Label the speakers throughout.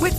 Speaker 1: With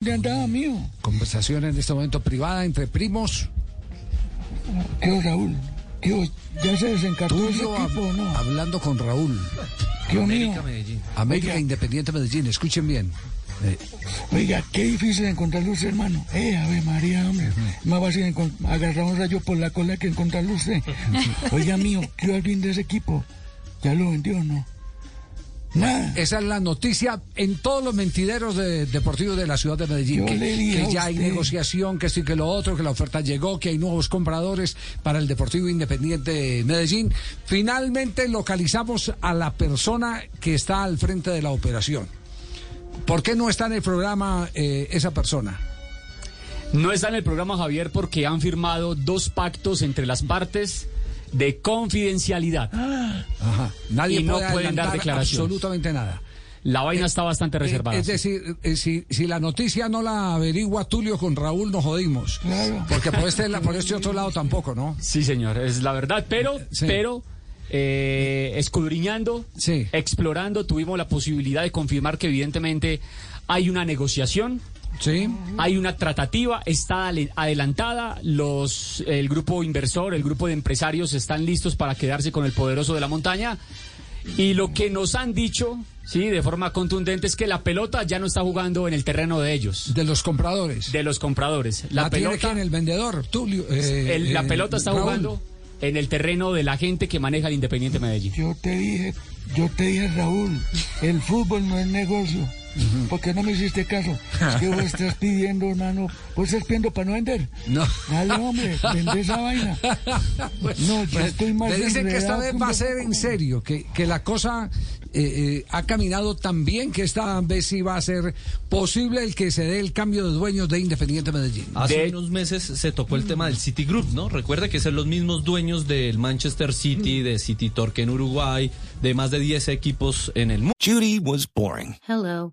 Speaker 2: De andaba mío.
Speaker 3: Conversación en este momento privada entre primos.
Speaker 2: ¿Qué hubo, Raúl? ¿Qué hubo? ¿Ya se desencartó ese
Speaker 3: Tulio hab-
Speaker 2: equipo o no?
Speaker 3: hablando con Raúl.
Speaker 2: ¿Qué hubo, mío?
Speaker 3: América
Speaker 2: Oiga.
Speaker 3: Independiente Medellín. Escuchen bien. Eh,
Speaker 2: Oiga, qué difícil encontrar luz, hermano. Eh, Ave María, hombre. Más fácil encon- agarrar un rayo por la cola que encontrar luz. eh. Oiga, mío, ¿qué hubo alguien de ese equipo? ¿Ya lo vendió o no? Nada.
Speaker 3: esa es la noticia en todos los mentideros de- deportivos de la ciudad de Medellín.
Speaker 2: Yo
Speaker 3: Que,
Speaker 2: le dije
Speaker 3: que
Speaker 2: a
Speaker 3: ya hay
Speaker 2: usted.
Speaker 3: negociación, que sí, que lo otro, que la oferta llegó, que hay nuevos compradores para el Deportivo Independiente de Medellín. Finalmente localizamos a la persona que está al frente de la operación. ¿Por qué no está en el programa eh, esa persona?
Speaker 4: No está en el programa Javier porque han firmado dos pactos entre las partes de confidencialidad.
Speaker 3: Ajá. Ah, Nadie
Speaker 4: Y no
Speaker 3: puede
Speaker 4: pueden dar
Speaker 3: adelantar
Speaker 4: declaraciones.
Speaker 3: absolutamente nada.
Speaker 4: La vaina está bastante reservada.
Speaker 3: Eh, Es decir, eh, si, si la noticia no la averigua Tulio con Raúl, nos jodimos.
Speaker 2: Claro.
Speaker 3: Porque por este, la- por este otro lado tampoco, ¿no?
Speaker 4: sí, señor, es la verdad. Pero,
Speaker 3: Sí.
Speaker 4: pero eh, escudriñando,
Speaker 3: Sí.
Speaker 4: explorando, tuvimos la posibilidad de confirmar que evidentemente hay una negociación.
Speaker 3: Sí.
Speaker 4: Hay una tratativa, está ale- adelantada, los, el grupo inversor, el grupo de empresarios están listos para quedarse con el poderoso de la montaña. Y lo que nos han dicho, sí, de forma contundente, es que la pelota ya no está jugando en el terreno de ellos,
Speaker 3: De los compradores.
Speaker 4: de los compradores.
Speaker 3: la
Speaker 4: La,
Speaker 3: tiene
Speaker 4: pelota,
Speaker 3: quién? el vendedor, Tulio. eh,
Speaker 4: el- la
Speaker 3: eh,
Speaker 4: pelota está
Speaker 3: Raúl.
Speaker 4: jugando en el terreno de la gente que maneja el Independiente Medellín.
Speaker 2: Yo te dije, yo te dije, Raúl, el fútbol no es negocio. ¿Por qué no me hiciste caso? Es que vos estás pidiendo, hermano, vos estás pidiendo para no vender.
Speaker 3: No.
Speaker 2: Dale, hombre, vende esa vaina. No, yo estoy más
Speaker 3: Le pues, dicen que
Speaker 2: enredado este
Speaker 3: esta vez
Speaker 2: que un
Speaker 3: va a ser
Speaker 2: loco.
Speaker 3: en serio, que, que la cosa eh, eh, ha caminado tan bien que esta vez sí va a ser posible el que se dé el cambio de dueños de Independiente Medellín.
Speaker 5: Hace
Speaker 4: De-
Speaker 5: unos meses se tocó el tema del Citigroup, ¿no? Recuerda que son los mismos dueños del Manchester City, de City Torque en Uruguay, de más de 10 equipos en el mundo.
Speaker 6: Judy was boring.
Speaker 7: Hello,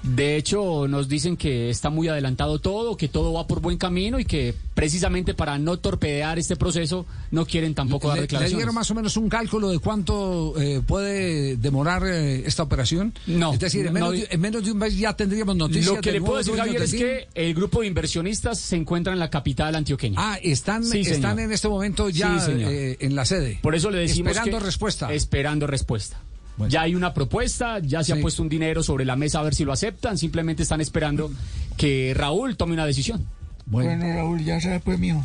Speaker 4: De hecho, nos dicen que está muy adelantado todo, que todo va por buen camino y que precisamente para no torpedear este proceso no quieren tampoco dar
Speaker 3: Le, le
Speaker 4: declaraciones.
Speaker 3: dieron más o menos un cálculo de cuánto eh, puede demorar eh, esta operación?
Speaker 4: No,
Speaker 3: Es decir, en menos,
Speaker 4: no di-
Speaker 3: de, en menos de un mes ya tendríamos noticias.
Speaker 4: Lo que
Speaker 3: del
Speaker 4: le puedo
Speaker 3: nuevo
Speaker 4: decir,
Speaker 3: dueño
Speaker 4: Javier,
Speaker 3: del
Speaker 4: es
Speaker 3: team.
Speaker 4: que el grupo de inversionistas se encuentra en la capital antioqueña.
Speaker 3: Ah, están,
Speaker 4: Sí, señor.
Speaker 3: están en este momento ya
Speaker 4: Sí, señor.
Speaker 3: eh, en la sede.
Speaker 4: Por eso le decimos
Speaker 3: Esperando
Speaker 4: que-
Speaker 3: respuesta.
Speaker 4: Esperando respuesta.
Speaker 3: Bueno.
Speaker 4: Ya hay una propuesta, ya se
Speaker 3: Sí.
Speaker 4: ha puesto un dinero sobre la mesa a ver si lo aceptan. Simplemente están esperando que Raúl tome una decisión.
Speaker 3: Bueno,
Speaker 2: Bueno, Raúl, ya sabes, pues, mío.